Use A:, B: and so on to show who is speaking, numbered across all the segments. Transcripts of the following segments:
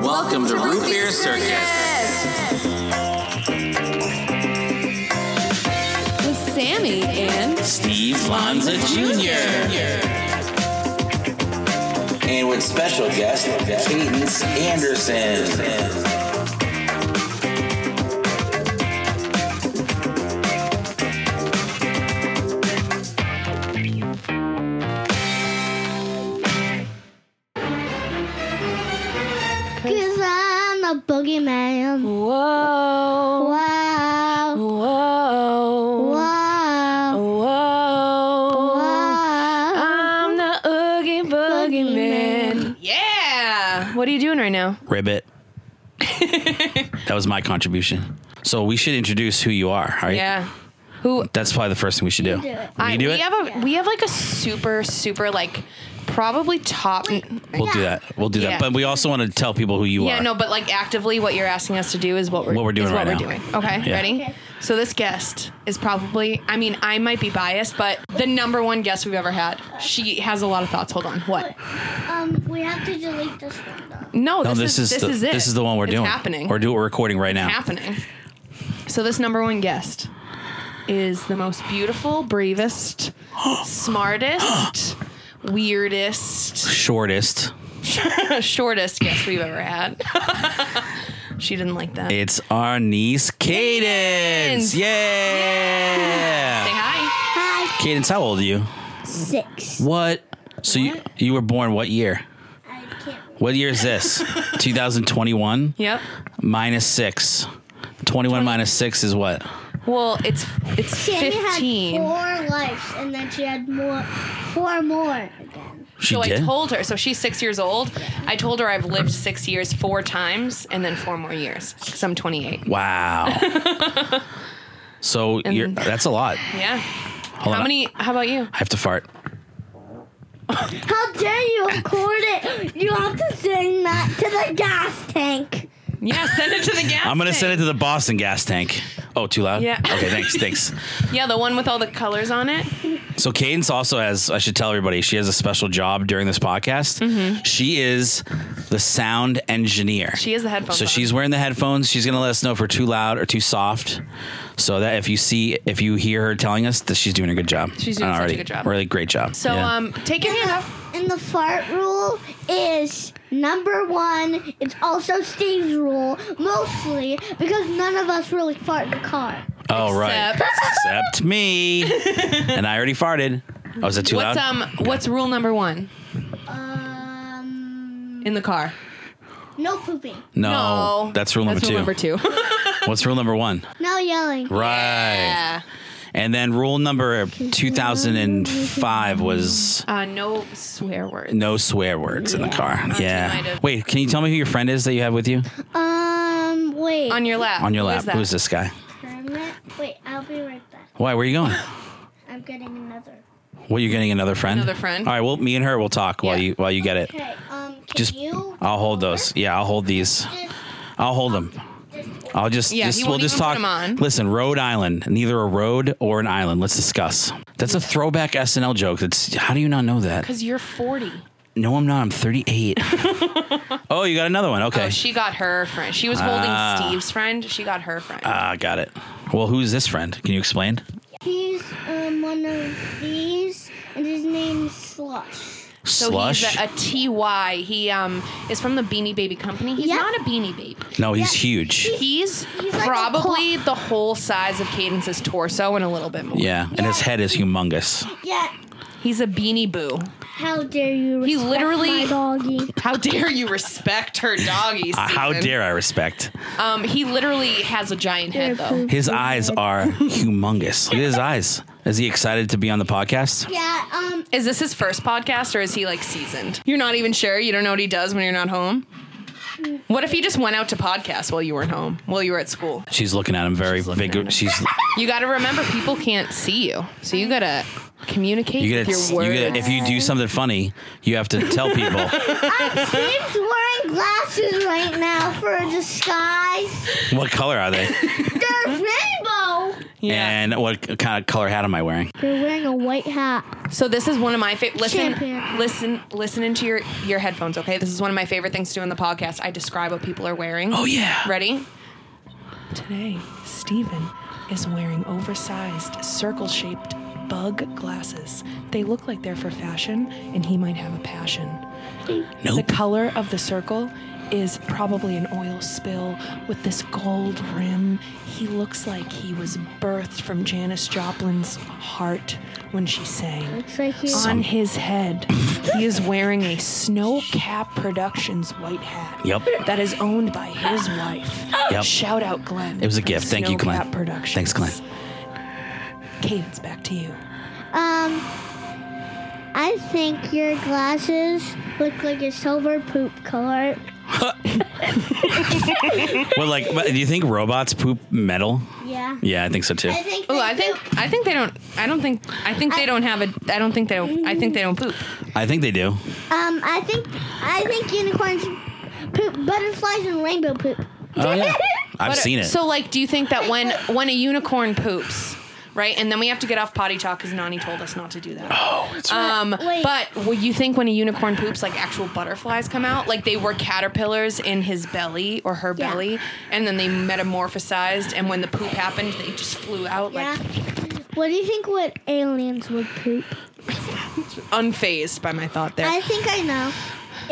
A: Welcome to Root Beer Circus.
B: With Sammy and
A: Steve Lanza Jr. And with special guest, Cadence Anderson.
C: Cause I'm a boogeyman.
D: Whoa.
C: Wow.
D: Whoa.
C: Wow.
D: Whoa.
C: Wow.
D: I'm the Oogie Boogie Man. Yeah. What are you doing right now?
A: Ribbit. that was my contribution. So we should introduce who you are, right?
D: Yeah. Who
A: That's probably the first thing we should do.
C: do it.
A: Will
D: I,
A: you do
D: we
A: it?
D: have a we have like a super super like probably top
A: we'll do that. We'll do
D: Yeah.
A: that. But we also want to tell people who you
D: yeah
A: are.
D: no but like actively what you're asking us to do is what we're
A: What we're doing
D: is what
A: right
D: we're
A: now.
D: doing okay
A: Yeah.
D: ready
C: Okay.
D: so this guest is probably I mean I might be biased but the number one guest we've ever had she has a lot of thoughts hold on what
C: Um, we have to delete this one though.
D: no,
A: no,
D: this, is, this
A: the,
D: is it
A: This is the one we're
D: It's
A: doing.
D: happening
A: We're doing. We're recording right now.
D: happening. So this number one guest is the most beautiful, bravest, smartest, weirdest,
A: Shortest.
D: shortest guest we've ever had. she didn't like that.
A: It's our niece, Cadence.
D: Cadence.
A: Yeah.
D: Say hi.
C: Hi.
A: Cadence, how old are you?
C: Six.
A: What? So you you were born what year?
C: I can't.
A: What year is this? 2021
D: Yep.
A: minus 6. 21 minus 6 is what?
D: Well, it's it's
C: Sammy
D: fifteen.
C: had four lives, and then she had more, four more again.
A: She
D: So I
A: did.
D: told her. So she's six years old. I told her I've lived six years four times and then four more years because I'm 28.
A: wow. so you're that's a lot.
D: Yeah.
A: Hold on.
D: How many? How about you?
A: I have to fart.
C: How dare you record it? You have to send that to the gas tank.
D: Yeah, send it to the gas.
A: I'm going to
D: tank.
A: send it to the Boston gas tank. Oh, too loud?
D: Yeah.
A: Okay, thanks. Thanks.
D: Yeah, the one with all the colors on it.
A: So Cadence also has I should tell everybody she has a special job during this podcast. She is the sound engineer.
D: Mm-hmm. She has the headphones
A: So
D: on.
A: she's wearing the headphones. She's gonna let us know if we're too loud or too soft. So that if you see if you hear her telling us that she's doing a good job.
D: She's doing
A: And
D: such a
A: already-
D: good job.
A: Really great job.
D: So
A: Yeah.
D: um, take your hand off.
C: And the fart rule is number one. It's also Steve's rule, mostly because none of us really fart in the car.
A: Oh right.
D: Except-
A: Except me. and I already farted. Oh, is it too
D: What's
A: loud?
D: um, what's rule number one
C: Um,
D: in the car?
C: no pooping,
A: No, Oh, That's rule number two.
D: two.
A: What's rule number one?
C: no yelling.
A: Right.
D: yeah.
A: And then rule number two thousand and five was
D: Uh, no swear words.
A: No swear words in the car.
D: might
A: yeah.
D: have-
A: Wait, can you tell me who your friend is that you have with you
C: Um, wait.
D: On your lap.
A: on your
D: Who
A: lap?
D: is that?
A: Who's this guy?
C: Kermit. Wait, I'll be right back.
A: Why? Where are you going?
C: I'm getting another.
A: Well, you're getting another friend.
D: Another friend.
A: All right. Well, me and her will talk while
D: Yeah.
A: you while you get it.
C: Okay. Um, can
A: Just
C: you?
A: I'll hold those. Yeah, I'll hold these.
C: Just,
A: I'll hold them.
C: just,
A: I'll just,
D: Yeah,
A: just-
D: he
A: we'll
D: won't
A: just
D: even put
A: talk.
D: 'em on.
A: Listen, Rhode Island, neither a road or an island. Let's discuss. That's a throwback SNL joke. That's how do you not know that?
D: Cause you're 40.
A: No, I'm not. I'm 38. oh, you got another one. Okay.
D: Oh, she got her friend. She was holding Steve's friend. She got her friend.
A: Ah, got it. Well, who's this friend? Can you explain?
C: he's um one of these, and his name's Slush.
D: so
A: Slush.
D: he's a, a TY. He um is from the Beanie Baby company. He's
C: Yeah.
D: not a Beanie Baby.
A: no, he's
C: Yeah.
A: huge.
D: He's,
C: He's like a
D: probably the whole size of Cadence's torso and a little bit more.
A: Yeah, and his head is humongous.
C: Yeah.
D: He's a Beanie Boo.
C: How dare you?
D: He
C: respect
D: literally-
C: my doggy.
D: How dare you respect her doggy?
A: Uh, how
D: Stephen.
A: dare I respect?
D: Um, he literally has a giant head though.
A: His eyes are humongous. Look at his eyes. Is he excited to be on the podcast?
C: Yeah, um,
D: Is this his first podcast or is he like seasoned? You're not even sure. You don't know what he does when you're not home. What if he just went out to podcast while you weren't home, while you were at school?
A: She's looking at him very big.
D: at him.
A: She's
D: You got to remember, people can't see you, so you gotta communicate
A: you
D: with
A: get
D: your
A: you
D: words.
A: get if you do something funny, you have to tell people.
C: Steve's wearing glasses right now for a disguise.
A: what color are they?
C: They're rainbow.
D: Yeah.
A: And what kind of color hat am I wearing?
C: You're wearing a white hat.
D: So this is one of my favorite. Listen,
C: Champion.
D: listen, listen into your your headphones, okay? This is one of my favorite things to do in the podcast. I describe what people are wearing.
A: Oh, yeah.
D: Ready? Today, Steven is wearing oversized, circle-shaped bug glasses. They look like they're for fashion, and he might have a passion. The
A: Nope.
D: color of the circle is probably an oil spill with this gold rim. He looks like he was birthed from Janis Joplin's heart when she sang.
C: Looks like you.
D: On his head, he is wearing a Snow Cap Productions white hat.
A: Yep.
D: That is owned by his wife.
A: Yep.
D: Shout out, Glenn.
A: It was a
D: from
A: gift. Thank you,
D: Snow
A: Glenn.
D: Cap Productions.
A: Thanks, Glenn.
D: Kate, it's back to you.
C: Um, I think your glasses look like a silver poop color.
A: Well, like, but do you think robots poop metal?
C: Yeah.
A: Yeah, I think so too.
C: I think.
D: Oh,
C: they
D: I think
C: poop.
D: I think they don't. I don't think I think they don't have a. I don't think they don't. I think they don't poop.
A: I think they do.
C: Um, I think. I think unicorns poop butterflies and rainbow poop.
A: Oh yeah, I've
D: But- uh,
A: seen it.
D: So like, do you think that when when a unicorn poops, right? And then we have to get off potty talk because Nani told us not to do that. Oh, um,
C: Wait.
D: But will you think when a unicorn poops, like actual butterflies come out, like they were caterpillars in his belly or her
C: Yeah.
D: belly, and then they metamorphosized, and when the poop happened, they just flew out
C: yeah.
D: like
C: What do you think? What aliens would poop?
D: unfazed by my thought there.
C: I think I know.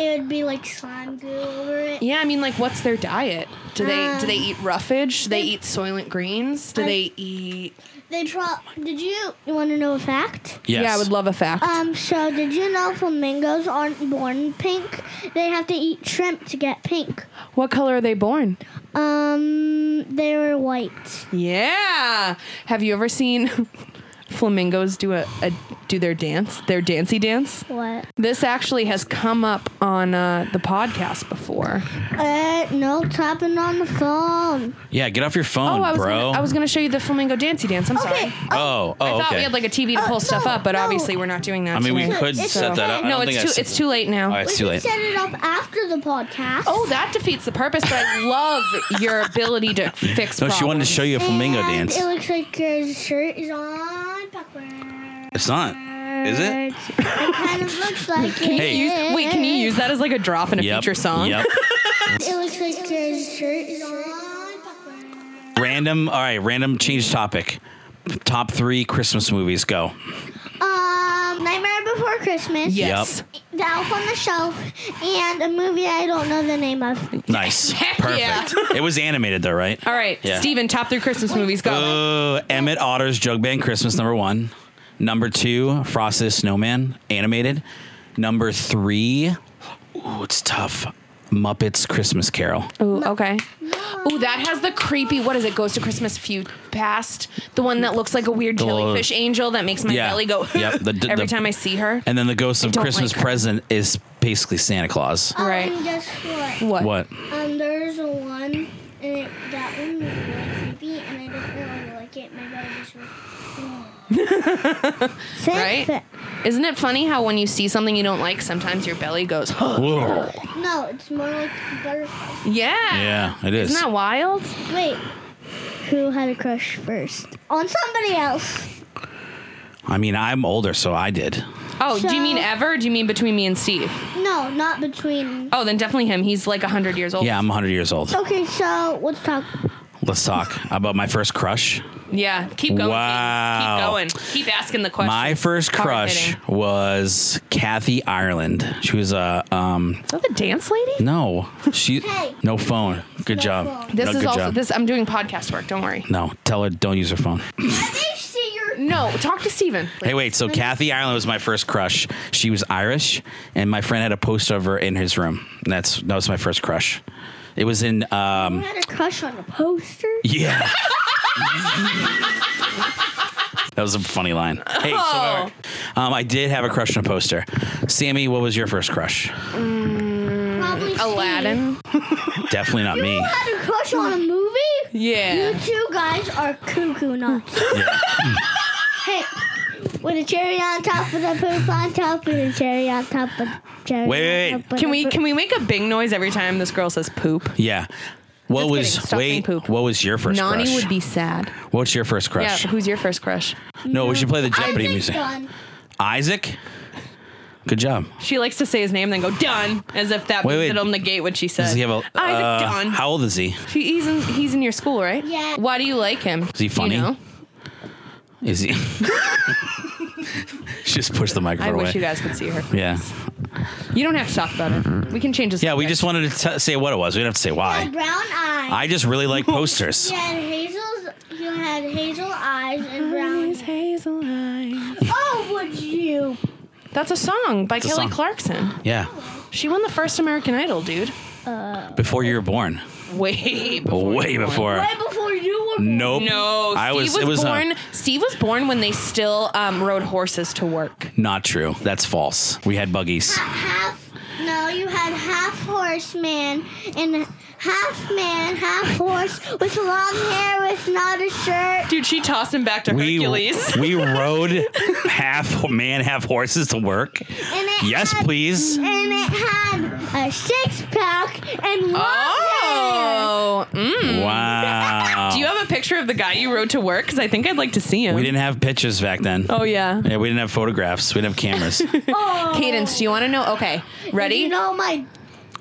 C: It would be like slime goo over it.
D: yeah, I mean, like, what's their diet? Do they do
C: Um,
D: they eat roughage? Do they eat soylent greens? Do
C: I-
D: they eat?
C: They try. Did you? You want to know a fact?
A: yes.
D: Yeah, I would love a fact.
C: Um, so did you know flamingos aren't born pink? They have to eat shrimp to get pink.
D: what color are they born?
C: Um, they were white.
D: Yeah. Have you ever seen flamingos do a, a do their dance, their dancey dance?
C: What?
D: This actually has come up on uh, the podcast before.
C: Uh, no tapping on the phone.
A: Yeah, get off your phone,
D: oh, I was
A: bro.
D: Gonna, I was going to show you the flamingo dancey dance. I'm sorry.
A: oh, oh,
D: I thought
A: okay.
D: we had like a TV to
C: Oh,
D: pull stuff
C: no,
D: up, but
C: no.
D: obviously we're not doing that.
A: I mean, we
D: tonight.
A: could
C: It's
A: set that up.
C: okay.
A: I
D: No,
A: don't
D: it's
A: think I
D: too
A: set
D: it's
A: that-
D: too late now.
A: All right,
C: We
A: it's too
C: can
A: late.
C: set it up after the podcast.
D: Oh, that defeats the purpose. But I love your ability to fix.
A: No, she wanted to show you a flamingo
C: and
A: dance.
C: It looks like your shirt is on backwards.
A: It's not. Is it?
C: It kind of looks like it.
A: Hey.
D: Use, wait, can you use that as like a drop in a
A: Yep.
D: future song?
A: Yep.
C: It looks like your shirt is on backwards.
A: random. All right, random change topic. Top three Christmas movies. Go.
C: Um, Nightmare Before Christmas.
D: Yes.
C: The Elf on the Shelf and a movie I don't know the name of.
A: Nice.
D: yeah.
A: Perfect. It was animated though, right?
D: All right,
A: Yeah.
D: Steven, top three Christmas movies. Go.
A: Uh, Emmett Otter's Jug Band Christmas, number one. Number two, Frosty the Snowman, animated. Number three, ooh, it's tough. Muppets Christmas Carol.
D: Ooh, okay. Ooh, that has the creepy. What is it? Ghost of Christmas Few Past, the one that looks like a weird
A: little-
D: jellyfish angel that makes my
A: Yeah.
D: belly go.
A: Yep, the- the-
D: every
A: the-
D: time I see her.
A: And then the Ghost of
D: don't
A: Christmas
D: like her.
A: Present is basically Santa Claus.
D: Right.
C: Um, guess what?
D: What?
A: What?
C: Um, there's a one, and it, that one was really creepy, and I don't really like it. My brother just was. Same
D: Right?
C: thing.
D: Isn't it funny how when you see something you don't like, sometimes your belly goes?
A: Whoa.
C: No, it's more like butterflies.
D: Yeah.
A: Yeah, it is.
D: Isn't that wild?
C: Wait, who had a crush first? On somebody else.
A: I mean, I'm older, so I did.
D: Oh, do you mean
C: So-
D: ever? Do you mean between me and Steve?
C: No, not between.
D: Oh, then definitely him. He's like hundred years old.
A: Yeah, I'm 100 years old.
C: Okay, so let's talk.
A: Let's talk about my first crush.
D: Yeah. Keep going.
A: Wow.
D: Keith. Keep going. Keep asking the question.
A: My first crush
D: Is
A: was Kathy Ireland. She was a um
D: that the dance lady?
A: no, she
C: Hey.
A: no phone. Good job.
C: phone.
D: This
A: No,
D: is
A: good
D: also
A: job.
D: this. I'm doing podcast work. Don't worry.
A: No, tell her don't use her phone.
C: I think see your.
D: No, talk to Steven.
A: Hey, wait. So Kathy Ireland was my first crush. She was Irish, and my friend had a poster of her in his room. And that's that was my first crush. It was in
C: You
A: um
C: had a crush on a poster?
A: yeah. that was a funny line. Hey, so
D: Oh.
A: um, I did have a crush on a poster. Sammy, what was your first crush?
C: Probably
D: Aladdin.
A: Definitely not me.
C: You had a crush on a movie? You
D: Yeah.
C: two guys are cuckoo nuts. hey, with a cherry on top of the poop on top, with a cherry on top of the cherry.
A: Wait, wait,
C: on
A: wait.
C: top of
D: Can
C: the
D: we
C: poop.
D: can we make a bing noise every time this girl says poop?
A: Yeah. What
D: Just
A: was
D: kidding, stuffed
A: wait?
D: and poop.
A: What was your first
D: Nani
A: crush?
D: would be sad.
A: What's your first crush?
D: Yeah, who's your first crush?
A: no, we should play the Jeopardy
C: Isaac's
A: music.
C: done.
A: Isaac. Good job.
D: She likes to say his name, then go done, as if that
A: Wait, wait.
D: it'll negate what she said.
A: Does he have a?
D: Isaac
A: uh,
D: Dunn.
A: How old is he?
D: He- he's in he's in your school, right?
C: Yeah.
D: Why do you like him? Is
A: he funny? Is he? She just pushed the
D: I
A: microphone away.
D: wish you guys could see her.
A: yeah.
D: You don't have to talk about it. We can change this.
A: Yeah, we
D: subject.
A: just wanted to t- say what it was. We didn't have to say
C: Had
A: why.
C: brown eyes.
A: I just really like posters.
C: You had hazel's. You had hazel eyes and brown.
D: Eyes, hazel eyes.
C: Oh, would you?
D: That's a song by
A: a
D: Kelly
A: song.
D: Clarkson.
A: Yeah.
D: She won the first American Idol, dude.
A: Before you were born.
D: Way before.
A: Way
D: you were born.
A: before.
C: Way before you were.
A: Nope.
D: No, Steve
A: I was,
D: was,
A: it was uh,
D: born. Steve was born when they still um, rode horses to work.
A: not true. That's false. We had buggies.
C: half. No, you had half horseman and half man, half horse with long hair with not a shirt.
D: Dude, she tossed him back to
A: We
D: Hercules.
A: we rode half man half horses to work.
C: And it
A: Yes,
C: had-
A: please.
C: And it had a six pack and long hair.
D: Oh, mm.
A: Wow.
D: do you have a picture of the guy you rode to work? Because I think I'd like to see him.
A: we didn't have pictures back then.
D: Oh yeah.
A: Yeah, we didn't have photographs. We didn't have cameras.
D: Cadence, do you want to know? Okay, ready?
C: Did you know my?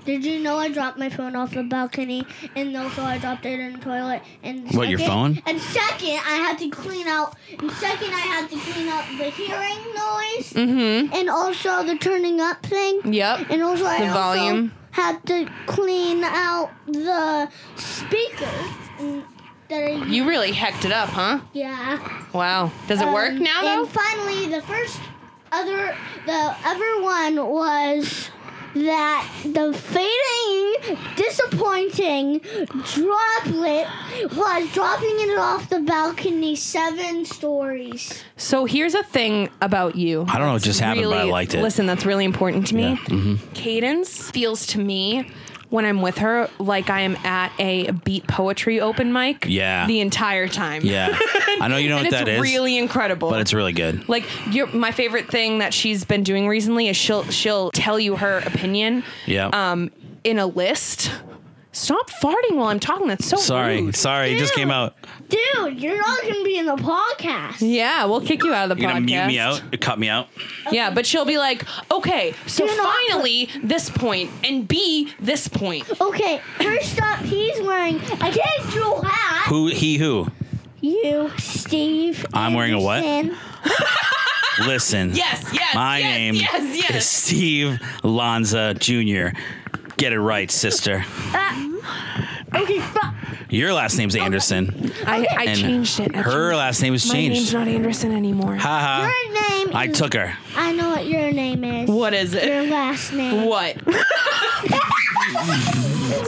C: Did you know I dropped my phone off the balcony, and also I dropped it in the toilet? And
A: What, your
C: second-
A: phone?
C: And second, I had to clean out. And second, I had to clean out the hearing noise, and also the turning up thing.
D: Mm-hmm. Yep.
C: And also I
D: The
C: also
D: volume.
C: had to clean out the speaker. mm, That I
D: You really hecked it up, huh?
C: yeah.
D: Wow. Does it work
C: Um,
D: now
C: And
D: though?
C: finally, the first other, the other one was that the fading, disappointing droplet was dropping it off the balcony seven stories.
D: So here's a thing about you.
A: I don't know what just happened, but I liked it.
D: Listen, that's really important to me.
A: Yeah, mm-hmm.
D: Cadence feels to me when I'm with her like I am at a beat poetry open mic.
A: Yeah.
D: The entire time.
A: yeah. I know you know
D: And
A: what
D: it's
A: that is.
D: really incredible.
A: but it's really good.
D: Like your, my favorite thing that she's been doing recently is she'll she'll tell you her opinion.
A: Yeah.
D: Um, in a list. Stop farting while I'm talking. That's so
A: Sorry,
D: rude.
A: sorry, it just came out.
C: Dude, you're not gonna be in the podcast.
D: Yeah, we'll kick you out of the
A: You're
D: podcast.
A: gonna mute me out, cut me out.
D: Yeah, but she'll be like, okay, so
C: Do not put-
D: finally this point and B this point.
C: Okay, first up, he's wearing a casual hat.
A: Who? He who?
C: You, Steve.
A: I'm wearing a what?
C: Anderson.
A: Listen.
D: Yes, yes.
A: My
D: yes,
A: name
D: Yes, yes.
A: is Steve Lanza Jr. Get it right, sister.
C: Okay, fuck.
A: Your last name's Anderson.
D: I, I
A: And
D: changed it. I
A: Her
D: changed-
A: last name was
D: My name's
A: changed.
D: not Anderson anymore.
A: Haha.
C: Your name.
A: I
C: is-
A: took her.
C: I know what your name is.
D: What is
C: Your
D: it?
C: last name.
D: What?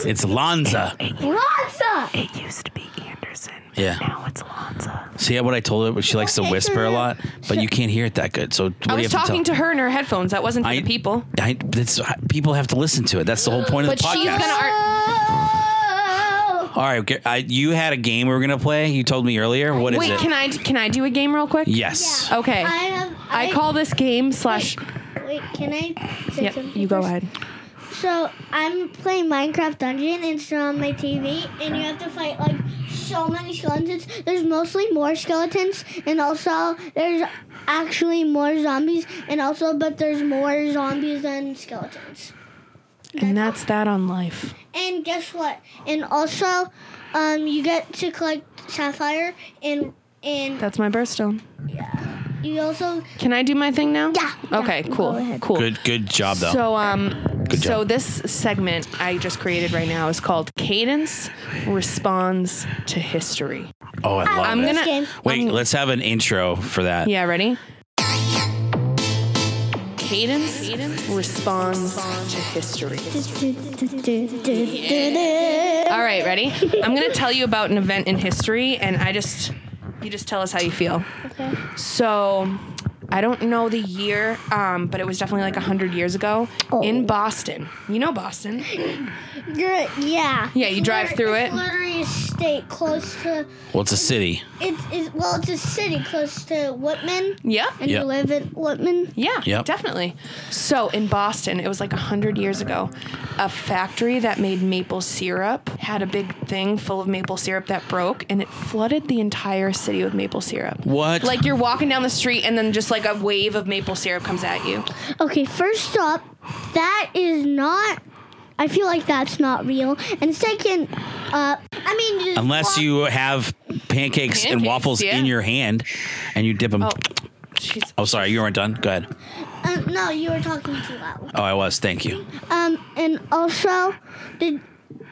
A: It's Lanza.
C: What's up?
E: It used to be Anderson.
A: Yeah.
E: Now it's Lanza.
A: See how what I told her? She likes to
C: Okay,
A: whisper a
C: so-
A: lot, but you can't hear it that good. So what
D: I
A: do you
D: was
A: have
D: talking
A: to
D: to her in her headphones. That wasn't for
A: I-
D: the people.
A: tell? I, that's, people have to listen to it. That's the whole point of
D: But
A: the podcast.
D: she's gonna ar-
C: Oh.
A: All right, okay, I, you had a game we were gonna play. You told me earlier. What is
D: Wait,
A: it?
D: can I can I do a game real quick?
A: yes. Oh.
C: Yeah.
D: Okay.
C: I have.
D: I, call this game slash.
C: Wait, can I say
D: Yep,
C: something?
D: you go
C: first?
D: ahead.
C: So I'm playing Minecraft Dungeon, and it's on my TV, and you have to fight like so many skeletons. There's mostly more skeletons, and also there's actually more zombies, and also but there's more zombies than skeletons.
D: And that's that on life.
C: And guess what? And also, um, you get to collect sapphire, and and
D: That's my birthstone.
C: you also
D: Can I do my thing now?
C: Yeah, yeah,
D: Okay.
C: go
D: Cool.
C: ahead.
D: Cool.
A: Good good job though.
D: So um,
A: Good
D: so
A: job.
D: this segment I just created right now is called Cadence Responds to History.
A: oh, I love
D: I'm
A: it.
D: gonna.
C: game.
A: Wait,
D: I'm-
A: let's have an intro for that.
D: Yeah, ready? Cadence, responds to history. All right, ready? I'm going to tell you about an event in history, and I just, you just tell us how you feel. Okay. So, I don't know the year, um, but it was definitely like 100 years ago in Boston. You know Boston.
C: You're, yeah.
D: Yeah, you drive
C: It's
D: through
C: it's
D: it.
C: Literally a state close to
A: Well, it's a city.
C: it's, it's well, it's a city close to Whitman.
D: Yeah.
C: And
A: Yep.
C: you live in Whitman.
D: Yeah,
A: Yep.
D: definitely. So in Boston, it was like 100 years ago, a factory that made maple syrup had a big thing full of maple syrup that broke and it flooded the entire city with maple syrup.
A: What?
D: Like you're walking down the street and then just like a wave of maple syrup comes at you.
C: Okay, first up, that is not. I feel like that's not real. And second, uh, I mean, just
A: Unless
C: walk-
A: you have pancakes, and
D: Pancakes,
A: waffles
D: yeah.
A: in your hand and you dip them.
D: Oh,
A: Oh.
D: she's
A: sorry, you weren't done. Go ahead.
C: Uh, no, you were talking too loud.
A: Oh, I was. Thank you.
C: Um, and also, did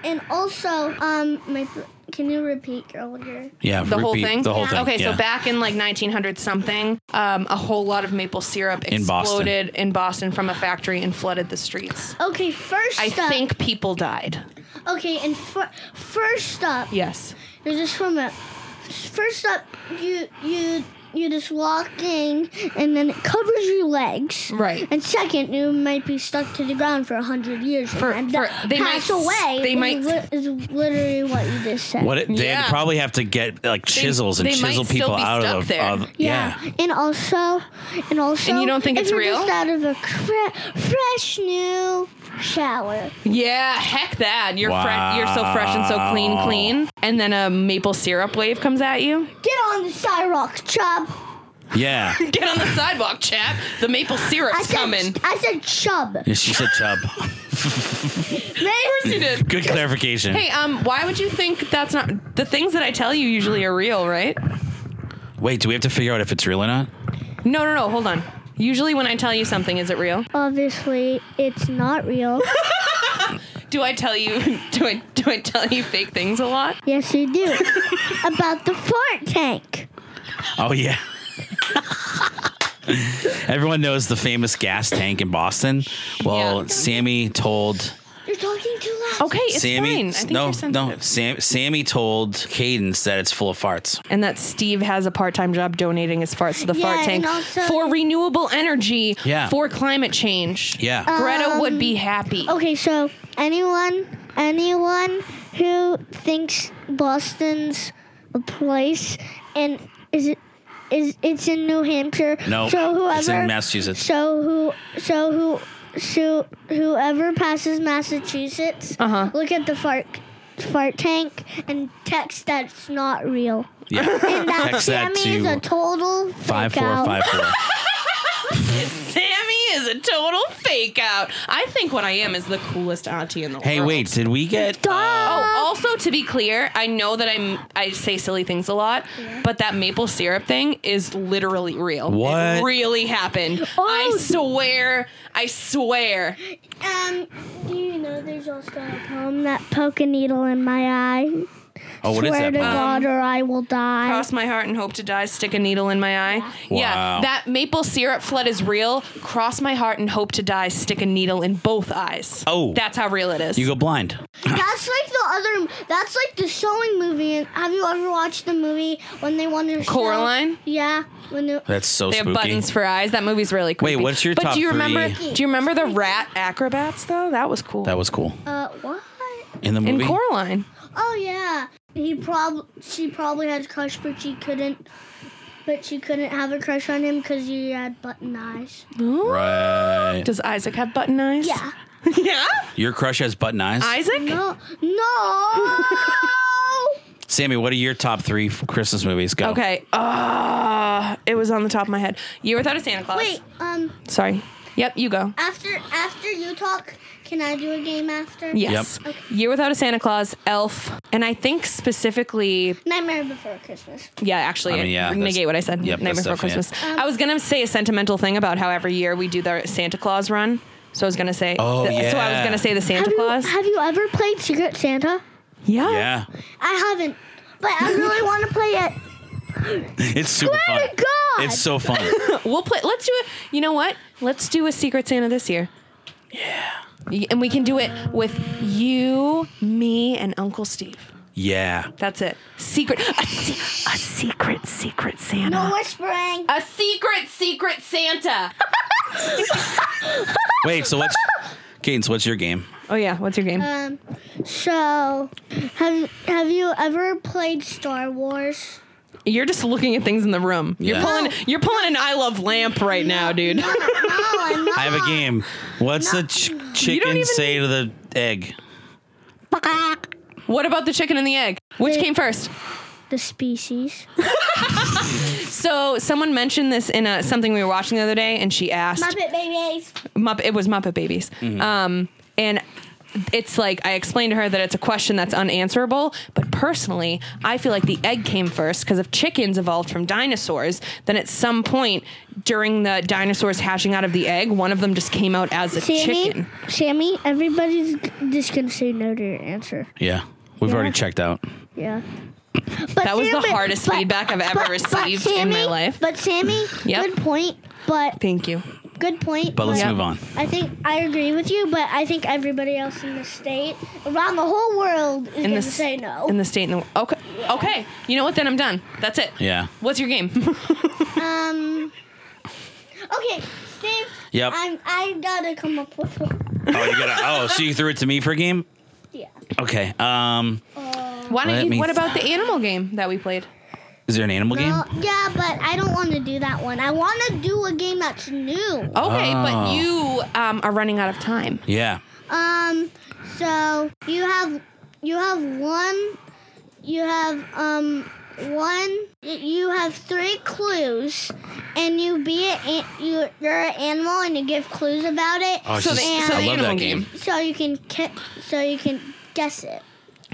C: and also, um, my. Can you repeat earlier?
A: Yeah,
D: the whole
A: repeat
D: thing.
A: The whole thing.
D: Okay,
A: yeah.
D: so back in like 1900 something, um, a whole lot of maple syrup
A: In Boston.
D: exploded in Boston. from a factory and flooded the streets.
C: Okay, first
D: I
C: up.
D: think people died.
C: Okay, and fir- first up,
D: Yes.
C: you're just from a. First up, you you you're just walking, and then it covers your legs.
D: Right.
C: And second, you might be stuck to the ground for a hundred years.
D: For-
C: and
D: for-
C: that
D: they might s-
C: pass away.
D: they
C: is
D: might-
C: li- is literally what you just said.
A: What it, they'd
D: Yeah.
A: probably have to get like chisels and
D: they might
A: chisel
D: still
A: people
D: be
A: out
D: stuck
A: of,
D: there.
A: of
C: Yeah. and also, and also,
D: And you don't think
C: if
D: it's
C: you're
D: real?
C: Just out of a cre- fresh new shower.
D: Yeah, heck that. You're fre- you're so fresh and so clean,
A: Wow.
D: clean. And then a maple syrup wave comes at you.
C: Get on the sidewalk, chub.
A: yeah. yeah.
D: Get on the sidewalk, chap. The maple
C: I
D: syrup's
C: said,
D: coming.
C: I said chub.
A: Yeah, She said chub.
D: You did.
A: Good clarification.
D: Hey, um, why would you think that's not the things that I tell you usually are real, right?
A: Wait, do we have to figure out if it's real or not?
D: No, no, no. Hold on. Usually, when I tell you something, is it real?
C: Obviously, it's not real.
D: Do I tell you? Do I do I tell you fake things a lot?
C: yes, you do. About the fart tank.
A: Oh yeah. Everyone knows the famous gas tank in Boston. Well,
D: Yeah.
A: Sammy told
C: You're talking too loud.
D: Okay, it's
A: Sammy.
D: fine. I think
A: no,
D: you're sensitive.
A: no. Sam, Sammy told Cadence that it's full of farts.
D: and that Steve has a part-time job donating his farts to the
C: Yeah,
D: fart tank
C: and also-
D: for renewable energy
A: Yeah.
D: for climate change.
A: Yeah.
D: Greta would be happy.
C: Um, Oh, Okay, so anyone, anyone who thinks Boston's a place and is it is it's in New Hampshire.
A: No,
C: So whoever.
A: it's in Massachusetts.
C: So who? So who? So whoever passes Massachusetts,
D: Uh-huh.
C: look at the fart fart tank and text that's not real.
A: yeah.
C: And that
A: Text that
C: Sammy is
A: to
C: a total
A: Five
C: fake
A: four
C: out.
A: five four.
D: Sammy is a total fake out. I think what I am is the coolest auntie in the
A: Hey,
D: world.
A: wait, did we get?
D: Oh, also to be clear, I know that I'm I say silly things a lot, but that maple syrup thing is literally real.
A: What?
D: It really happened. I
C: Oh.
D: swear. I swear.
C: Um, do you know there's also a poem that poke a needle in my eye?
A: Oh, what is
C: Swear
A: that?
C: to
A: Bob?
C: God or I will die.
D: Cross my heart and hope to die. Stick a needle in my eye. Yeah,
A: Wow.
D: that maple syrup flood is real. Cross my heart and hope to die. Stick a needle in both eyes.
A: Oh.
D: that's how real it is.
A: You go blind.
C: That's like the other. That's like the sewing movie. And have you ever watched the movie when they want to? sew-
D: Coraline?
C: Yeah. When they,
A: That's so
D: they have
A: spooky.
D: buttons for eyes. That movie's really creepy.
A: what's your
D: but
A: top
D: do you remember?
A: three?
D: Do you remember the rat acrobats though? That was cool.
A: That was cool.
C: uh, what?
A: In the
D: in
A: movie.
D: Coraline.
C: Oh yeah. He probably she probably had a crush, but she couldn't. But she couldn't have a crush on him because he had button eyes.
A: Right.
D: Does Isaac have button eyes?
C: Yeah.
D: yeah.
A: Your crush has button eyes.
D: Isaac.
C: No. No.
A: Sammy, what are your top three f- Christmas movies? Go.
D: Okay. Uh, it was on the top of my head. You were thought of Santa Claus.
C: Wait. Um.
D: Sorry. Yep. You go.
C: After after you talk, can I do a game after?
D: Yes.
A: Yep.
D: Year Without a Santa Claus, Elf, and I think specifically,
C: Nightmare Before Christmas.
D: yeah, actually,
A: I mean, yeah, that's-
D: negate what I said.
A: yep,
D: Nightmare
A: that's
D: Before
A: definitely
D: Christmas. I was gonna say a sentimental thing about how every year we do the Santa Claus run. So I was gonna say.
A: Oh,
D: the- So I was
A: yeah.
D: gonna say the Santa
C: Have you,
D: Claus.
C: have you ever played Secret Santa?
D: yeah.
A: Yeah.
C: I haven't, but I really want to play it.
A: It's super
C: Swear
A: fun.
C: to God.
A: It's so fun.
D: We'll play. Let's do it. You know what? Let's do a Secret Santa this year. Yeah. And we can do it with you, me, and Uncle Steve.
A: Yeah.
D: That's it. Secret. A, se- a secret, secret Santa.
C: No whispering.
D: Uh,
F: A secret, secret Santa.
A: Wait, so what's Cadence, what's your game?
D: Oh, yeah. What's your game?
C: Um, so have have you ever played Star Wars?
D: You're just looking at things in the room. You're
A: Yeah.
D: pulling you're pulling an I love lamp right now, dude.
C: No, I'm not.
A: I have a game. What's the ch- chicken
D: even
A: say to the egg?
D: what about the chicken and the egg? Which
C: Wait.
D: came first?
C: The species.
D: So someone mentioned this in a, something we were watching the other day, and she asked
C: Muppet babies.
D: Mupp- it was Muppet Babies. Um, and it's like I explained to her that it's a question that's unanswerable. But personally, I feel like the egg came first because if chickens evolved from dinosaurs, then at some point during the dinosaurs hatching out of the egg, one of them just came out as a
C: Sammy.
D: chicken.
C: Sammy. Everybody's g- just gonna say no to your answer.
A: Yeah. We've already checked out.
C: Yeah. But
D: That was the hardest feedback I've ever received in my
C: Sammy-
D: life.
C: But Sammy,
D: Yep.
C: good point. But
D: Thank you.
C: good point.
A: But let's move on.
C: I think I agree with you, but I think everybody else in the state, around the whole world, is going to
D: the
C: say no.
D: In the state in the okay, okay. You know what? Then I'm done. That's it.
A: Yeah.
D: What's your game?
C: um. Okay, Steve.
A: Yep.
C: I'm, I gotta come up with one.
A: Oh, you gotta. Oh, so you threw it to me for a game?
C: Yeah.
A: Okay. Um,
D: Why
A: Let
D: don't
A: me-
D: you? What about the animal game that we played?
A: is there an animal game?
C: Well, yeah, but I don't want to do that one. I want to do a game that's new.
D: Okay,
A: Oh.
D: but you um, are running out of time.
A: Yeah.
C: Um. So you have you have one. You have um one. You have three clues, and you be a, you you're an animal, and you give clues about it.
A: Oh, it's
D: So
A: just-
D: the-
C: so
A: I
C: the
A: love
D: animal
A: that game.
D: game.
C: So you can ca- so you can guess it.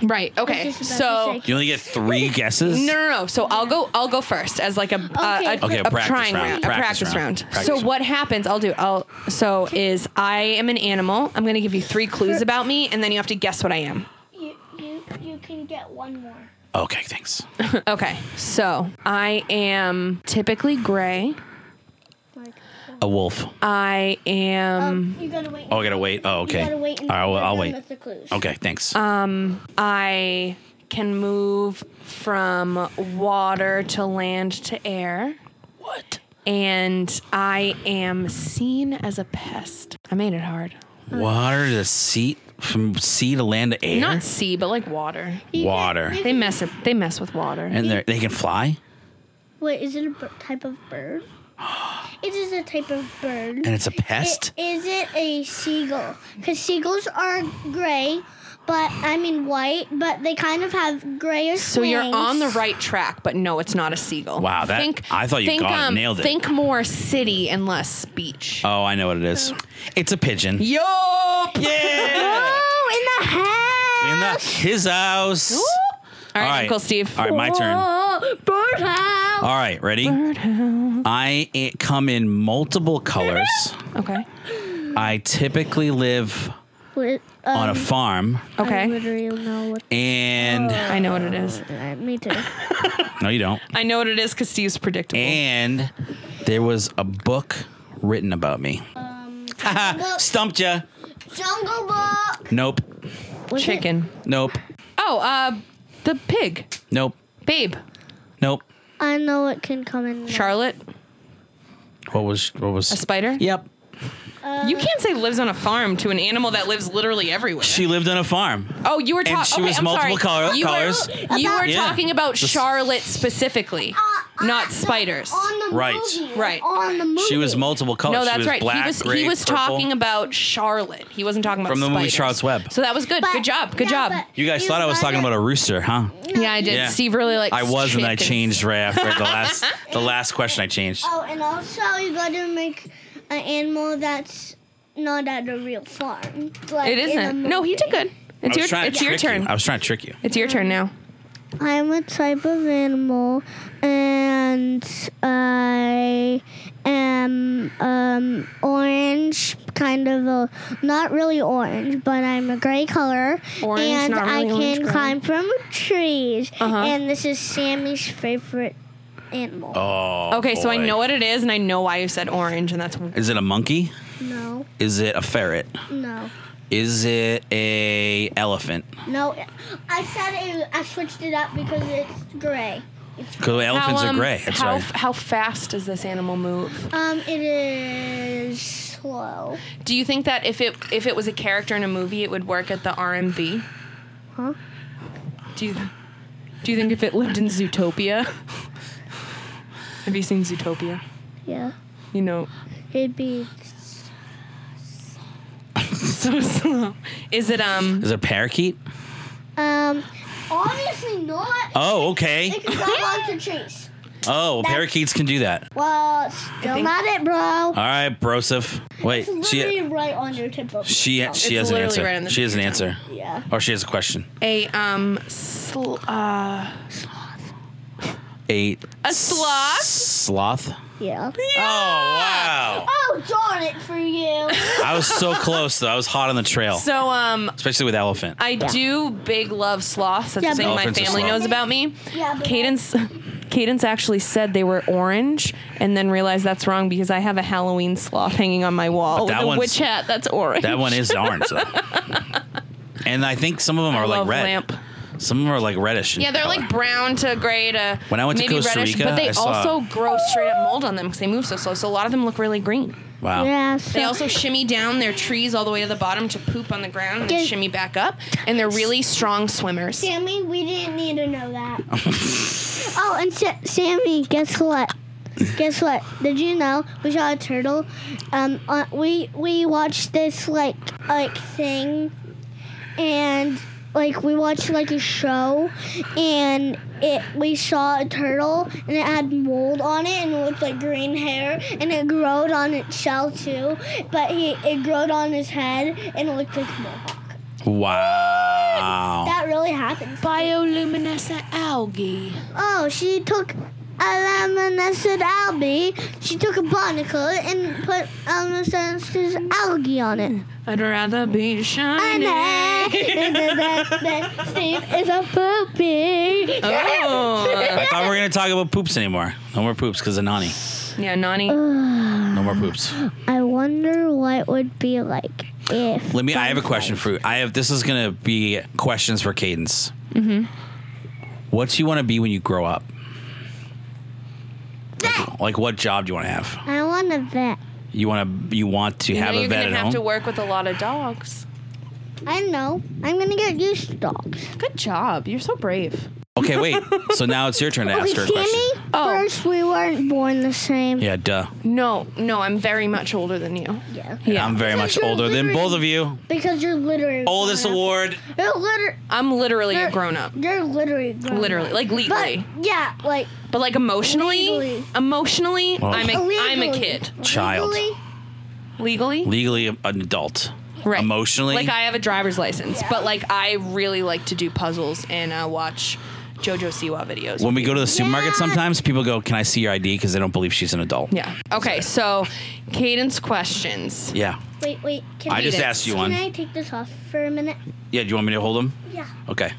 D: Right.
C: I
D: Okay.
C: was just about
D: So
C: to say.
A: You only get three guesses?
D: no, no, no. So I'll go. I'll go first as like a uh, a, a,
A: Okay,
D: a
A: practice
D: trying
A: round,
D: round, a
A: practice
D: practice
A: round,
D: round.
A: practice
D: so
A: round.
D: what happens? I'll do. I'll. So is I am an animal. I'm going to give you three clues about me, and then you have to guess what I am.
C: You you you can get one more.
A: Okay, thanks.
D: Okay. So I am typically gray.
A: A wolf.
D: I am.
C: Oh, you gotta wait.
A: Oh, I gotta wait. Oh, okay.
C: You gotta wait.
A: All
C: until
A: right, well,
C: we're
A: I'll
C: done
A: wait.
C: With the clues.
A: Okay, thanks.
D: I can move from water to land to air.
A: what?
D: and I am seen as a pest. I made it hard.
A: Water to sea, from sea to land to air.
D: Not sea, but like water.
A: Water.
D: They mess up. They mess with water.
A: And they're- they can fly,
C: Wait, is it a b- type of bird? It is a type of bird.
A: and it's a
C: It,
A: pest.
C: is it a seagull? Because seagulls are gray, but I mean white, but they kind of have grayish.
D: so you're
C: wings.
D: on the right track, but no, it's not a seagull.
A: Wow, that- I thought you got it, nailed it.
D: Think more city and less beach.
A: oh, I know what it is. It's a pigeon.
D: Yo,
A: Yeah.
C: Oh, in the head.
A: In the, his house.
D: All
A: All
D: right,
A: right.
D: Uncle Steve.
A: All right, my turn. All
C: Oh, birdhouse.
A: right, ready? I eh, come in multiple colors.
D: Okay.
A: I typically live
C: Wait, um,
A: on a farm,
C: I
D: Okay.
C: literally know what.
A: and
D: I know what it is.
C: Uh, me too.
A: no, you don't.
D: I know what it is because Steve's predictable.
A: And there was a book written about me. Haha, Stumped ya.
C: Jungle Book.
A: Nope.
C: Was it-
D: Chicken.
A: Nope.
D: Oh, uh, the pig.
A: Nope.
D: Babe.
A: Nope.
C: I know it can come in. now.
D: Charlotte.
A: What was what was
D: A spider.
A: Yep.
D: You can't say lives on a farm to an animal that lives literally everywhere.
A: She lived on a farm.
D: oh, you were
A: and she
D: talking.
A: was
D: Okay, I'm
A: multiple
D: sorry.
A: color-
D: you
A: colors.
D: Were, you were
A: Yeah.
D: talking about
A: The s-
D: Charlotte specifically,
C: Uh,
D: not
C: uh,
D: spiders.
C: On the
A: Right.
C: movie.
D: Right.
C: On the movie.
A: She was multiple colors.
D: No,
A: Oh, she
D: that's
A: was
D: right.
A: Black,
D: he was
A: gray,
D: he was
A: purple.
D: talking about Charlotte. He wasn't talking about
A: From the
D: spiders.
A: movie Charlotte's Web.
D: So that was good.
C: But-
D: good job. Good
C: yeah,
D: job.
C: but
A: You guys thought I was talking
C: gotta-
A: about a rooster, huh?
D: yeah, I did.
A: Yeah.
D: Steve really likes.
A: I was, and I
D: chickens.
A: changed right after the last the last question. I changed.
C: Oh, and also you got to make an animal that's not at a real farm. Like
D: It
C: in a
D: isn't. No, he did
C: movie.
D: good.
A: I was
D: It's your.
A: trying to
D: It's your
A: trick
D: turn.
A: you. I was trying to trick you.
D: It's your turn now.
C: I'm a type of animal, and I am um, orange, kind of a not really orange, but I'm a gray color,
D: Orange,
C: and
D: not
C: I
D: really orange,
C: can
D: gray.
C: climb from trees.
D: Uh-huh.
C: And this is Sammy's favorite animal.
A: Oh.
D: Okay, so I
A: boy.
D: know what it is, and I know why you said orange, and that's
A: Is it a monkey?
C: No,
A: Is it a ferret?
C: no,
A: Is it a elephant?
C: No, I said it, I switched it up because it's gray. It's,
A: Because elephants
D: how,
A: are
D: um,
A: gray. That's
D: how,
A: right.
D: how fast does this animal move?
C: um, it is slow.
D: Do you think that if it if it was a character in a movie, it would work at the RMV? Huh? Do you do you think if it lived in Zootopia? Have you seen Zootopia?
C: Yeah,
D: You know,
C: it'd be.
D: so slow. Is it um?
A: Is it a parakeet?
C: Um, obviously not.
A: Oh, okay.
C: It could grab onto trees.
A: Oh, well, parakeets can do that.
C: Well, still
D: think-
C: not it, bro.
A: All right, Broseph. Wait,
C: It's literally
A: Oh. she
C: right on your tip of.
A: she Oh. she has an
D: literally
A: answer.
D: right on the
A: she has an answer,
C: Yeah.
A: or she has a question.
D: A um, sl- uh,
A: A
D: a sloth.
A: sloth.
C: Yeah.
A: Oh wow!
C: Oh, darn it for you.
A: I was so close though. I was hot on the trail,
D: So um,
A: especially with elephant.
D: I do big love sloths. That's
C: Yeah,
D: the thing
C: but-
D: my
A: Elephants are
D: family
A: slow.
D: knows about me.
C: Yeah, but-
D: Cadence, Cadence actually said they were orange, and then realized that's wrong because I have a Halloween sloth hanging on my wall with
A: that
D: a
A: one's-
D: witch hat that's orange.
A: That one is orange though. and I think some of them are like
D: love
A: red.
D: lamp.
A: Some of them are like reddish. in
D: Yeah, they're
A: color.
D: like brown to gray to
A: When I went to
D: maybe
A: Costa
D: reddish,
A: Rica,
D: but they
A: I saw-
D: also grow straight up mold on them because they move so slow. So a lot of them look really green.
A: wow.
C: yeah. So,
D: They also shimmy down their trees all the way to the bottom to poop on the ground and then
C: Did-
D: shimmy back up. And they're really strong swimmers.
C: Sammy, we didn't need to know that. oh, and Sa- Sammy, guess what? Guess what? Did you know we saw a turtle? Um, on, we we watched this like like thing, and like we watched like a show, and it we saw a turtle and it had mold on it and it looked like green hair and it growed on its shell too, but he it growed on his head and it looked like mohawk.
A: Wow.
C: That really happened.
D: Bioluminescent algae.
C: Oh, she took aluminium algae. She took a barnacle and put aluminium algae on it.
D: I'd rather be
C: And
D: shiny.
C: then, then- then- then Steve is a poopy.
D: Oh.
A: I thought we were gonna talk about poops anymore. No more poops because of Nani.
D: Yeah, Nani.
A: No more poops.
C: I wonder what it would be like if.
A: Let me. I have a question for you. I have. This is gonna be questions for Cadence. Mm-hmm. What do you want to be when you grow up? Like, like what job do you want to have?
C: I want a vet.
A: You want to. You want to have
D: you
A: a
D: are
A: vet
D: gonna
A: at
D: have
A: home.
D: to work with a lot of dogs.
C: I know. I'm gonna get used to dogs.
D: Good job. You're so brave.
A: okay, wait. So now it's your turn to ask her a question.
C: Sammy,
D: Oh.
C: first we weren't born the same.
A: Yeah, duh.
D: No, no, I'm very much older than you.
C: Yeah.
D: Yeah.
A: I'm very much
C: Because you're
A: older than
C: literally-
A: both of you.
C: Because you're literally.
A: Oldest
C: grown up.
A: award.
C: You're literally.
D: I'm literally a
C: You're-
D: grown up.
C: You're literally. Grown
D: Literally,
C: up.
D: like
C: But
D: legally.
C: yeah, like
D: But, like emotionally,
C: Legally.
D: emotionally,
A: Well-
D: I'm a am a
C: Illegally.
D: kid.
A: Child.
C: Legally,
D: Legally?
A: Legally an adult.
D: Right.
A: Emotionally.
D: Like I have a driver's license, but like I really like to do puzzles and uh, watch JoJo Siwa videos.
A: when we go to the supermarket,
C: Yeah.
A: sometimes people go, "Can I see your ID?" Because they don't believe she's an adult.
D: yeah. Okay, so cadence questions.
A: Yeah.
C: Wait, wait. Can
A: I just
D: it.
A: asked you
C: Can
A: one.
C: I take this off for a minute?
A: Yeah. Do you want me to hold them?
C: Yeah.
A: Okay.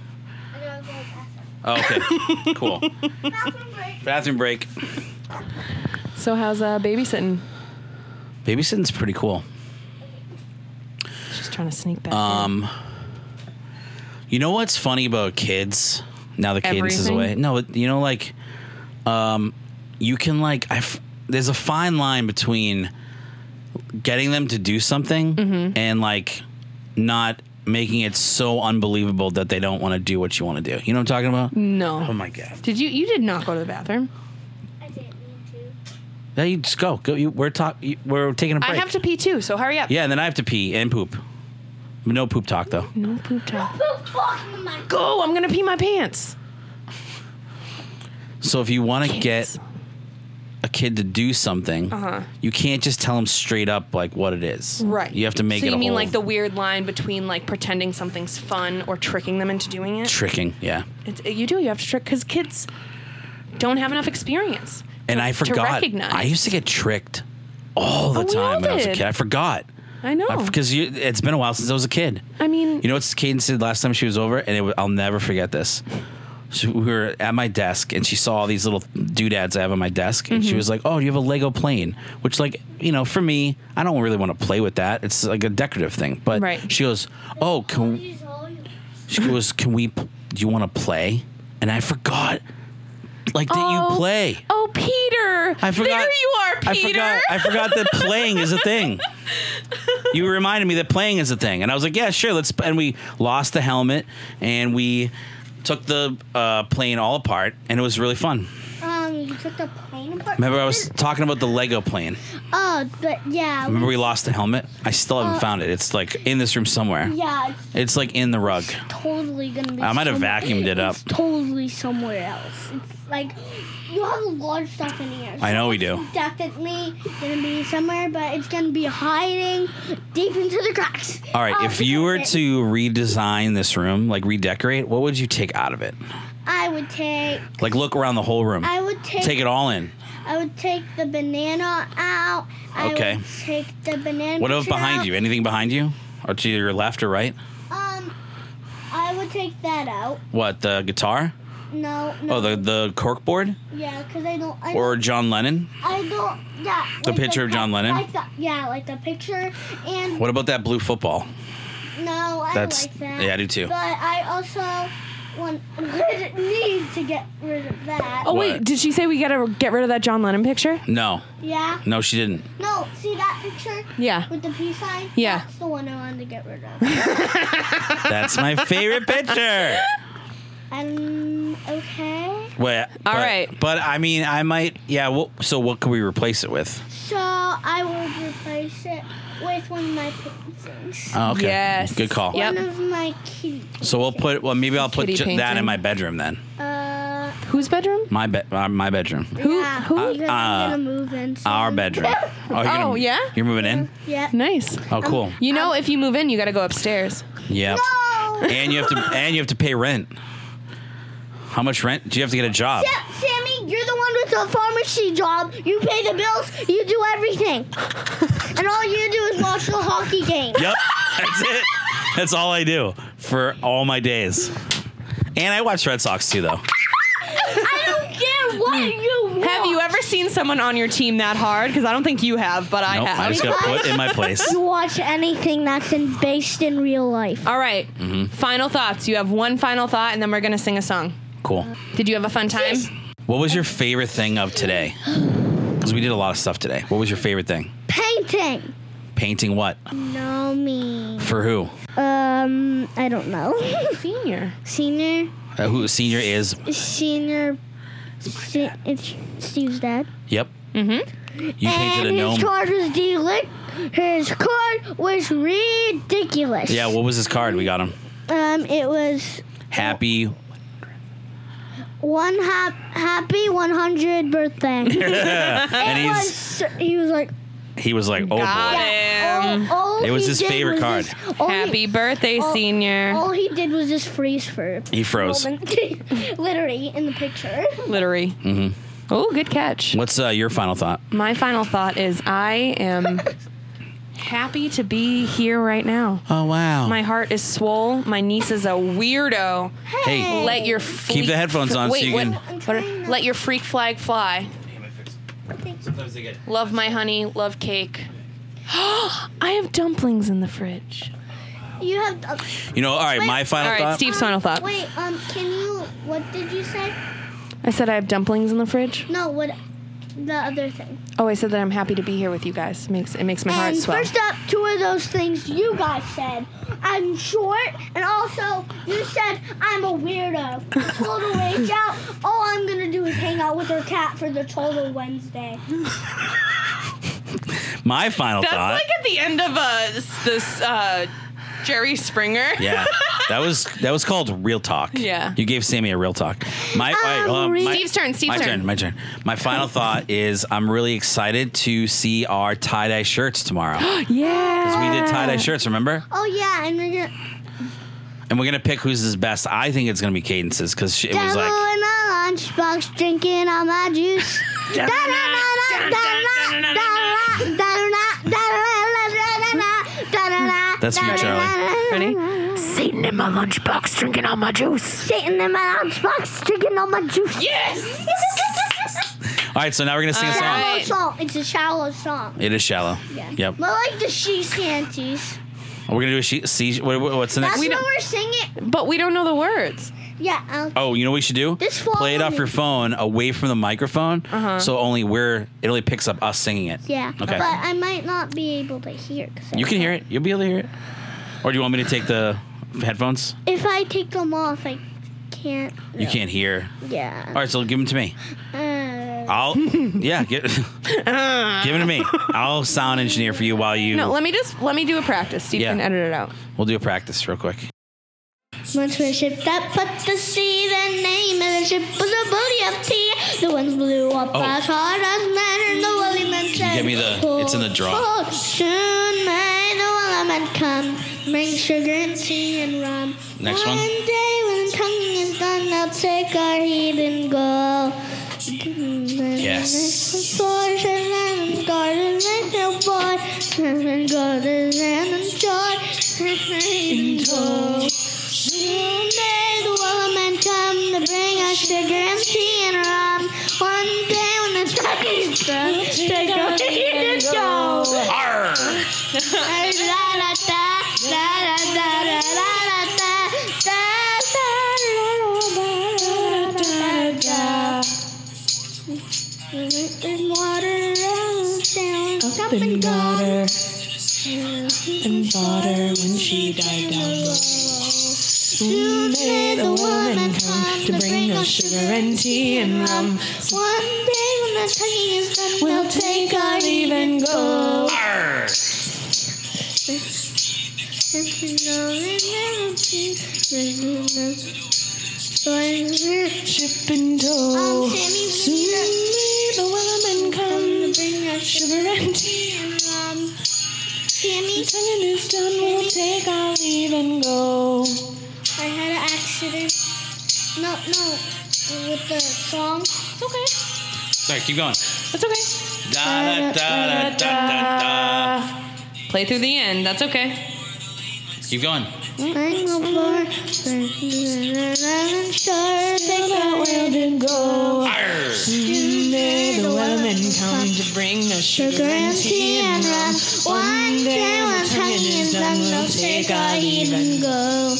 A: Oh, okay. cool. Bathroom break.
D: So how's uh, babysitting?
A: Babysitting's pretty cool.
D: Just trying to sneak back.
A: Um, you know what's funny about kids? Now the cadence is
D: Everything?
A: away. No, it- you know, like, um, you can like, I f- there's a fine line between getting them to do something
D: Mm-hmm.
A: and like not making it so unbelievable that they don't want to do what you want to do. You know what I'm talking about?
D: in.
A: Oh
D: no.
A: my god!
D: Did you you did not go to the bathroom?
C: I didn't mean
A: Yeah, you just go. Go. You, we're talk. You, we're taking a break.
D: I have to pee too, so hurry up.
A: Yeah, and then I have to pee and poop. No poop talk though.
D: No poop talk.
C: to. Who's talking to my
D: Go, I'm gonna pee my pants.
A: So if you want to
D: Kids. Uh-huh.
A: get a kid to do something, you can't just tell them straight up like what it is.
D: Right.
A: You have to make
D: so
A: it.
D: you
A: a
D: mean
A: whole
D: like the weird line between like pretending something's fun or tricking them into doing it?
A: tricking. Yeah.
D: It's, you do. You have to trick because kids don't have enough experience.
A: And I forgot.
D: recognize.
A: I used to get tricked all the
D: Oh, we all
A: time when I was a
D: did.
A: kid. I forgot
D: I know.
A: because it's been a while since I was a kid.
D: Oh. I mean,
A: You know what Caden said last time she was over, and it, wa- I'll never forget this. she, we were at my desk and she saw all these little doodads I have on my desk and
D: Mm-hmm.
A: she was like, "Oh, you have a Lego plane," which like you know for me, I don't really want to play with that. It's like a decorative thing. But
D: Right.
A: she goes, "Oh, can she goes, can we? p- Do you want to play?" And I forgot, like that you play.
D: Oh, Peter.
A: I forgot.
D: There you are,
A: I
D: Peter.
A: forgot, I forgot that playing is a thing. You reminded me that playing is a thing, and I was like, "Yeah, sure, let's." And we lost the helmet, and we took the uh, plane all apart, and it was really fun.
C: Um, you took the plane apart.
A: Remember, I was talking about the Lego plane.
C: Oh, but yeah.
A: Remember, we lost the helmet. I still haven't found it. It's like in this room somewhere.
C: Uh, Yeah, it's
A: It's like in the rug.
C: totally gonna be.
A: I might have
C: some-
A: vacuumed it up.
C: It's totally somewhere else. It's like you have a lot of stuff in here.
A: I know we do.
C: Definitely gonna be somewhere, but it's gonna be hiding deep into the cracks.
A: All right,
C: Oh,
A: if you were
C: okay.
A: to redesign this room, like redecorate, what would you take out of it?
C: I would take.
A: Like look around the whole room.
C: I would take.
A: Take it all in.
C: I would take the banana out. I
A: Okay.
C: would take the banana.
A: What about
C: picture out.
A: behind you? Anything behind you? Or to your left or right?
C: Um, I would take that out.
A: What, the guitar?
C: No. no
A: Oh, the the cork board?
C: yeah, because I don't. I don't-
A: Or John Lennon?
C: I don't. Yeah.
A: The picture of John Lennon?
C: Like the, yeah, like the picture. And
A: What about that blue football?
C: no, I
A: That's-
C: like that.
A: yeah, I do too.
C: But I also want would need to get rid of that.
D: Oh,
A: What?
D: wait. Did she say we got to get rid of that John Lennon picture?
A: No.
C: Yeah.
A: No, she didn't.
C: No, see that picture?
D: Yeah.
C: With the peace sign?
D: Yeah.
C: That's the one I wanted to get rid of.
A: That's my favorite picture.
C: um. Okay.
A: Well, but,
D: right.
A: But I mean, I might. Yeah. Well, so what could we replace it with?
C: So I would replace it with one of my paintings.
A: Oh, okay.
D: Yes.
A: Good call.
D: Yep.
C: One of my kitty.
A: So we'll put. Well, maybe I'll put
D: Kitty
A: ju- that in
D: painting.
A: my bedroom then.
C: Uh.
D: Whose bedroom?
A: My bed. Uh, my bedroom.
D: Who?
C: Yeah.
D: Who?
C: Because I'm gonna move in. Soon.
A: Uh, Our bedroom. Oh, you're gonna-
D: Oh, yeah?
A: You're moving in.
C: Yeah.
D: Nice.
A: Oh, cool.
D: You know, if you move in, you got to go upstairs.
A: Yep. and you have to and you have to pay rent. How much rent? Do you have to get a job?
C: Yeah, Sammy, you're the one with the pharmacy job. You pay the bills, you do everything. and all you do is watch the hockey game.
A: Yep. That's it. That's all I do for all my days. And I watch Red Sox too, though.
C: I don't care what
A: Hmm.
C: you want.
D: Have you ever seen someone on your team that hard? Because I don't think you have, but I
A: Nope,
D: have.
A: I just got put in my place.
C: You watch anything that's in, based in real life?
D: All right.
A: Mm-hmm.
D: Final thoughts. You have one final thought, and then we're going to sing a song.
A: Cool.
D: Did you have a fun time?
A: What was your favorite thing of today? Because we did a lot of stuff today. What was your favorite thing?
C: Painting.
A: Painting what?
C: No, me.
A: For who?
C: Um, I don't know.
D: Senior.
C: senior,
A: Uh, who senior is?
C: senior. Se- it's Steve's dad.
A: Yep. Mm-hmm. You painted a
C: and his
A: gnome.
C: card was deli- His card was ridiculous.
A: Yeah. What was his card? We got him.
C: Um, it was
A: Happy.
C: one hap- happy 100 birthday.
A: and
C: It
A: he's
C: was, he was like,
A: he was like, oh
D: Got
A: boy.
D: him.
C: all, all
A: It was
C: he
A: his
C: did
A: favorite
C: was
A: card.
C: just- all he-
D: Happy birthday,
C: all-
D: senior.
C: All he did was just freeze for
A: He froze.
C: literally in the picture.
D: Glittery.
A: Mm-hmm.
D: Oh, good catch.
A: What's uh, your final thought?
D: My final thought is I am happy to be here right now.
A: Oh wow.
D: My heart is swole. My niece is a weirdo.
A: hey,
D: Let your freak
A: keep the headphones on
D: Wait,
A: so you
D: what-
A: can.
C: I'm
D: what-
C: trying not-
D: let your freak flag fly.
A: Sometimes they get.
D: Love my honey. Love cake. I have dumplings in the fridge.
C: You have. uh,
A: You know, all right. My final
D: All right,
A: thought.
D: Steve's final thought.
C: wait, um, can you? What did you say?
D: I said I have dumplings in the fridge.
C: No, what? The other thing.
D: Oh, I said that I'm happy to be here with you guys. It makes it makes my heart
C: And
D: swell.
C: first up, two of those things you guys said. I'm short, and also you said I'm a weirdo. Total rage out. All I'm gonna do is hang out with her cat for the total Wednesday.
A: My final
D: That's
A: thought.
D: like at the end of uh, s- this uh, Jerry Springer.
A: yeah, that was that was called real talk.
D: Yeah. Um,
A: you gave Sammy a real talk. My, all right, hold on,
C: real-
A: my
D: Steve's turn, Steve's
A: my
D: turn.
A: My turn. My final thought is I'm really excited to see our tie dye shirts tomorrow. we
D: Yeah.
A: did tie dye shirts, remember?
C: Oh yeah, and we're gonna
A: And we're gonna pick who's his best. I think it's gonna be Cadence's because it was
C: devil
A: like
C: in a lunchbox, drinking all my juice. Da-da-da-da, da-da-da, da-da-da, da-da-da, da-da-da, da-da-da,
A: That's for you, Charlie.
D: Ready?
E: Satan in my lunchbox, drinking all my juice.
C: Sitting in my lunchbox, drinking all my juice.
F: Yes!
A: All right, so now we're gonna sing a song.
C: Shallow
F: Alright.
C: song. It's a shallow song.
A: It is shallow. Yep.
C: But like the she shanties.
A: We're gonna do a she. See, what, what- what's the
C: That's
A: next?
C: we we're singing.
D: But we don't know the words.
C: Yeah. I'll,
A: Oh, you know what we should do?
C: This
A: Play it
C: follow
A: off
C: me.
A: your phone, away from the microphone,
D: Uh-huh.
A: so only we're it only picks up us singing it.
C: Yeah.
A: Okay.
C: But I might not be able to hear. 'cause I-
A: You can hear it. You'll be able to hear it. Or do you want me to take the headphones?
C: If I take them off, I can't.
A: You can't hear.
C: Yeah.
A: All right, so give them to me.
C: Uh,
A: I'll yeah, get, give them to me. I'll sound engineer for you while you.
D: No, let me just let me do a practice. You
A: Yeah.
D: can edit it out.
A: we'll do a practice real quick.
C: Once we shipped that put to sea, the name of the ship was a booty of tea. The winds blew up
A: Oh.
C: as hard as men, and the willy men said,
A: give me the- it's in the draw.
C: "Hold, hold." Soon may the willy men come, bring sugar and tea and rum.
A: Next one.
C: One day when tonguing is done, they'll take our heed and go.
A: Yes.
C: Portion and garden and your boy, and garden and enjoy. Enjoy. Soon may the woman come to bring us sugar and tea and rum. One day when the turkey's done, take our feet and go. La la da, la la da, la la la da, da da la la da, da da da. There's water around town, up and down. And water when she died down below. Soon may the woman come to bring us sugar and tea and rum. One day when the tugging is done, we'll take our leave and go. If you know it never be, then you know. So I'm here.
E: Ship and tow.
C: I'm Sammy Weaver.
E: Soon may the woman
C: Come
E: come.
C: to bring us
E: Sugar and tea.
C: sugar and rum. Sammy,
E: Tongue is done, we'll take our leave and go.
C: I had an accident. No, no. With the song. It's okay.
A: Sorry, keep going.
D: That's okay.
A: Da, da, da, da, da, da, da.
D: Play through the end. That's okay.
A: Keep going.
C: I'm a boy. I'm sure take that wild and go. Soon may the woman come
E: To bring us
C: Sugar and tea and rum. One day when tonguing is done, they'll take our leave and go.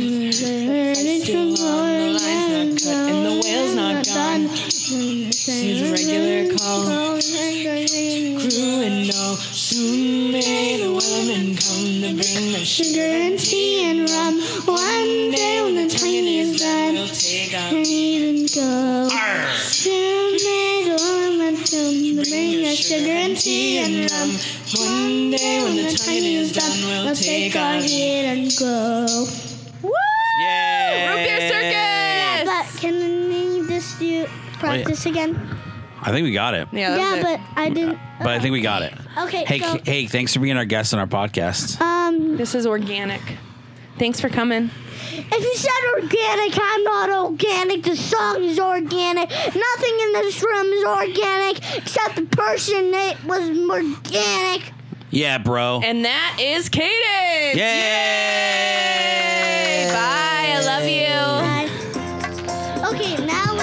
C: It's from morning and
E: and the whale's not gone.
C: She's
E: a regular call.
C: Sugar
E: True and no. Soon may the woman come to bring us sugar
C: and tea and rum. One day when the tonguing is done,
E: We'll take our
C: and even go. Soon may the woman come to bring us sugar and tea and rum.
E: One day when the time is done, we'll take our leave.
C: head and go.
A: Yay!
D: Root beer circus.
C: But can we just do practice again?
A: I think we got it,
D: Yeah. that was
C: Yeah,
D: it.
C: but I didn't.
A: but I think we got it.
C: Okay,
A: Hey,
C: so,
A: K- hey, thanks for being our guest on our podcast.
C: um,
D: This is organic. Thanks for coming.
C: if you said organic, I'm not organic. The song is organic. Nothing in this room is organic except the person that was organic.
A: Yeah, bro.
D: And that is Cadence.
A: Yay!
D: Bye. I love you.
C: Bye. Okay, now